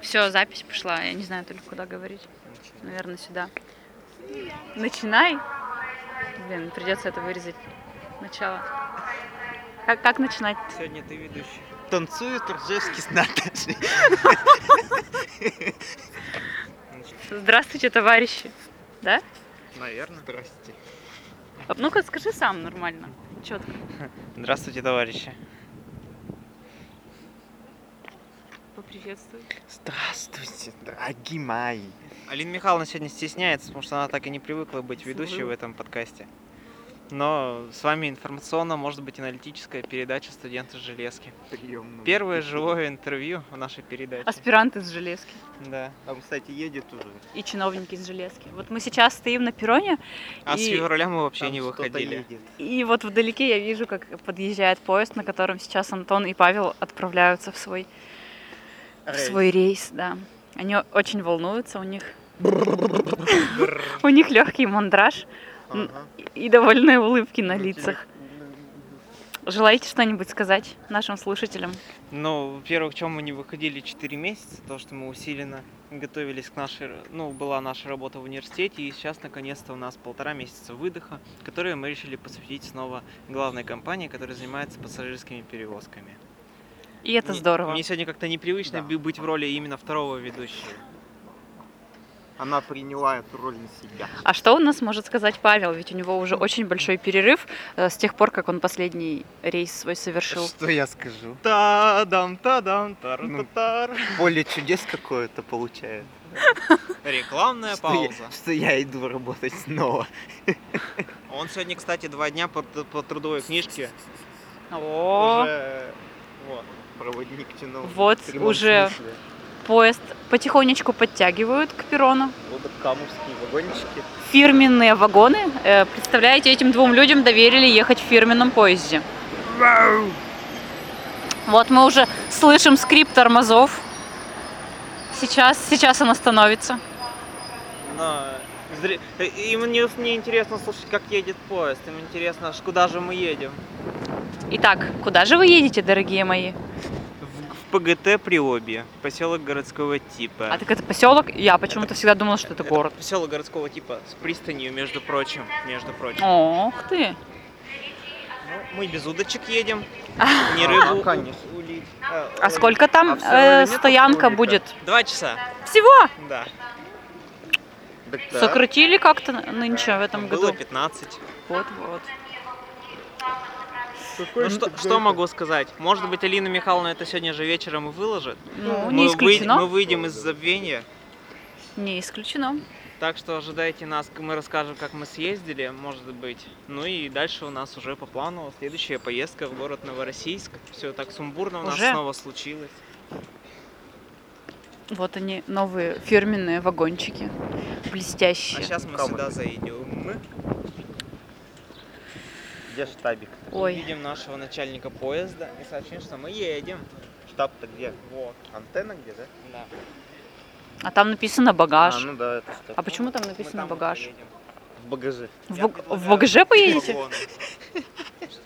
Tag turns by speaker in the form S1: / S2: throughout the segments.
S1: Все, запись пошла. Я не знаю только куда говорить. Наверное, сюда. Начинай. Блин, придется это вырезать. Начало. Как, как начинать?
S2: Сегодня ты ведущий. Танцую Туржевский с Наташей.
S1: Здравствуйте, товарищи. Да?
S2: Наверное. Здрасте.
S1: А Ну-ка, скажи сам нормально. Четко.
S2: Здравствуйте, товарищи.
S1: Поприветствуй.
S2: Здравствуйте, дорогие мои. Алина Михайловна сегодня стесняется, потому что она так и не привыкла быть ведущей в этом подкасте. Но с вами информационно, может быть, аналитическая передача студента Железки.
S3: приемную.
S2: Первое живое интервью в нашей передаче.
S1: Аспирант из железки.
S2: Да.
S3: Там, кстати, едет уже.
S1: И чиновники из железки. Вот мы сейчас стоим на перроне,
S2: А с
S1: И-
S2: февраля мы вообще
S3: Там
S2: не
S3: что-то
S2: выходили.
S3: едет.
S1: и вот вдалеке я вижу, как подъезжает поезд, на котором сейчас Антон и Павел отправляются в свой в
S3: Рейс.
S1: свой рейс, да. Они о- очень волнуются, у них у них легкий мандраж
S3: Ага.
S1: и- и довольные улыбки на
S3: Ну,
S1: лицах.
S3: теле-
S1: Желаете что-нибудь сказать нашим слушателям?
S2: Ну, во-первых, чем мы не выходили 4 месяца, то, что мы усиленно готовились к нашей, р- ну, была наша работа в университете, и сейчас, наконец-то, у нас полтора месяца выдоха, которые мы решили посвятить снова главной компании, которая занимается пассажирскими перевозками.
S1: И это
S2: Мне-
S1: здорово.
S2: Мне сегодня как-то непривычно
S3: Да.
S2: б- быть в роли именно второго ведущего.
S3: Она приняла эту роль на себя.
S1: А что у нас может сказать Павел? Ведь у него уже очень большой перерыв э, с тех пор, как он последний рейс свой совершил.
S3: Что я скажу?
S2: Та-дам, та-дам,
S3: Ну.
S2: тар
S3: Поле чудес какое-то получает.
S2: Рекламная
S3: Что я-
S2: Ну, пауза.
S3: Что я иду работать снова.
S2: Он сегодня, кстати, два дня по, т- по трудовой книжке.
S1: О,
S2: Уже, вот.
S3: Проводник чиновник.
S1: Вот
S3: в прямом
S1: уже.
S3: смысле.
S1: поезд потихонечку подтягивают к перрону.
S3: Вот камовские вагончики.
S1: Фирменные вагоны. э, Представляете, этим двум людям доверили ехать в фирменном поезде. Вот мы уже слышим скрип тормозов. Сейчас, сейчас она становится.
S2: Но зре- э, им не, не интересно слушать, как едет поезд. Им интересно, аж куда же мы едем.
S1: Итак, куда же вы едете, дорогие мои?
S2: В, в ПГТ Приобье, поселок городского типа.
S1: А так это поселок? Я почему-то всегда думала, что это город.
S2: Поселок городского типа с пристанью, между прочим, между прочим.
S1: Ох ты!
S2: Ну, мы без удочек едем, не
S3: А,
S2: рыбу
S3: конечно.
S2: у- улить. Э,
S1: А
S2: э,
S1: сколько
S3: А
S1: там
S3: всё равно
S1: э,
S3: нет
S1: стоянка
S3: сотрудника?
S1: будет?
S2: Два часа,
S1: Всего!
S2: да.
S3: Так, да. Ну,
S1: Сократили как-то нынче в этом
S2: Было
S1: году.
S2: 15.
S1: Вот, вот.
S3: а
S2: Ну что, что могу сказать? Может быть, Алина Михайловна это сегодня же вечером и выложит.
S1: Ну,
S2: Мы
S1: не
S2: выйд- мы
S1: исключено.
S2: выйдем из забвения.
S1: Не исключено.
S2: Так что ожидайте нас, мы расскажем, как мы съездили, может быть. Ну и дальше у нас уже по плану следующая поездка в город Новороссийск. Все так сумбурно у нас
S1: Уже?
S2: снова случилось.
S1: Вот они, новые фирменные вагончики.
S2: А
S1: Блестящие.
S2: сейчас А мы
S3: Кому?
S2: сюда заедем. Мы
S3: Где штабик?
S1: Ой,
S2: видим нашего начальника поезда и сообщим, что мы едем.
S3: Штаб-то где?
S2: Вот,
S3: Антенна где, да?
S2: да.
S1: а там написано багаж.
S3: А, ну да, это штаб.
S1: А почему там написано багаж?
S3: В багаже.
S1: В, баг- в багаже поедете?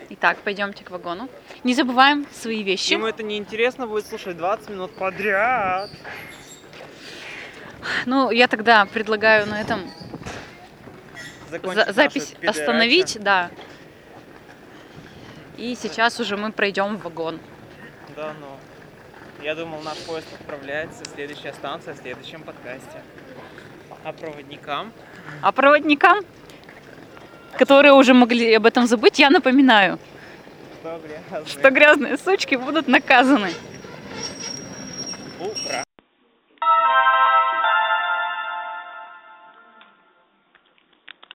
S1: Итак, пойдемте к вагону. Не забываем свои вещи.
S2: Чему это неинтересно будет слушать 20 минут подряд.
S1: Ну, я тогда предлагаю на этом за-
S2: Закончить нашу
S1: запись
S2: передачу.
S1: остановить, да. И сейчас уже мы пройдем в вагон.
S2: Да, ну. Я думал, наш поезд отправляется, следующая станция в следующем подкасте. А проводникам?
S1: А проводникам, которые уже могли об этом забыть, я напоминаю,
S2: Что грязно.
S1: что грязные сучки будут наказаны.
S2: Ура!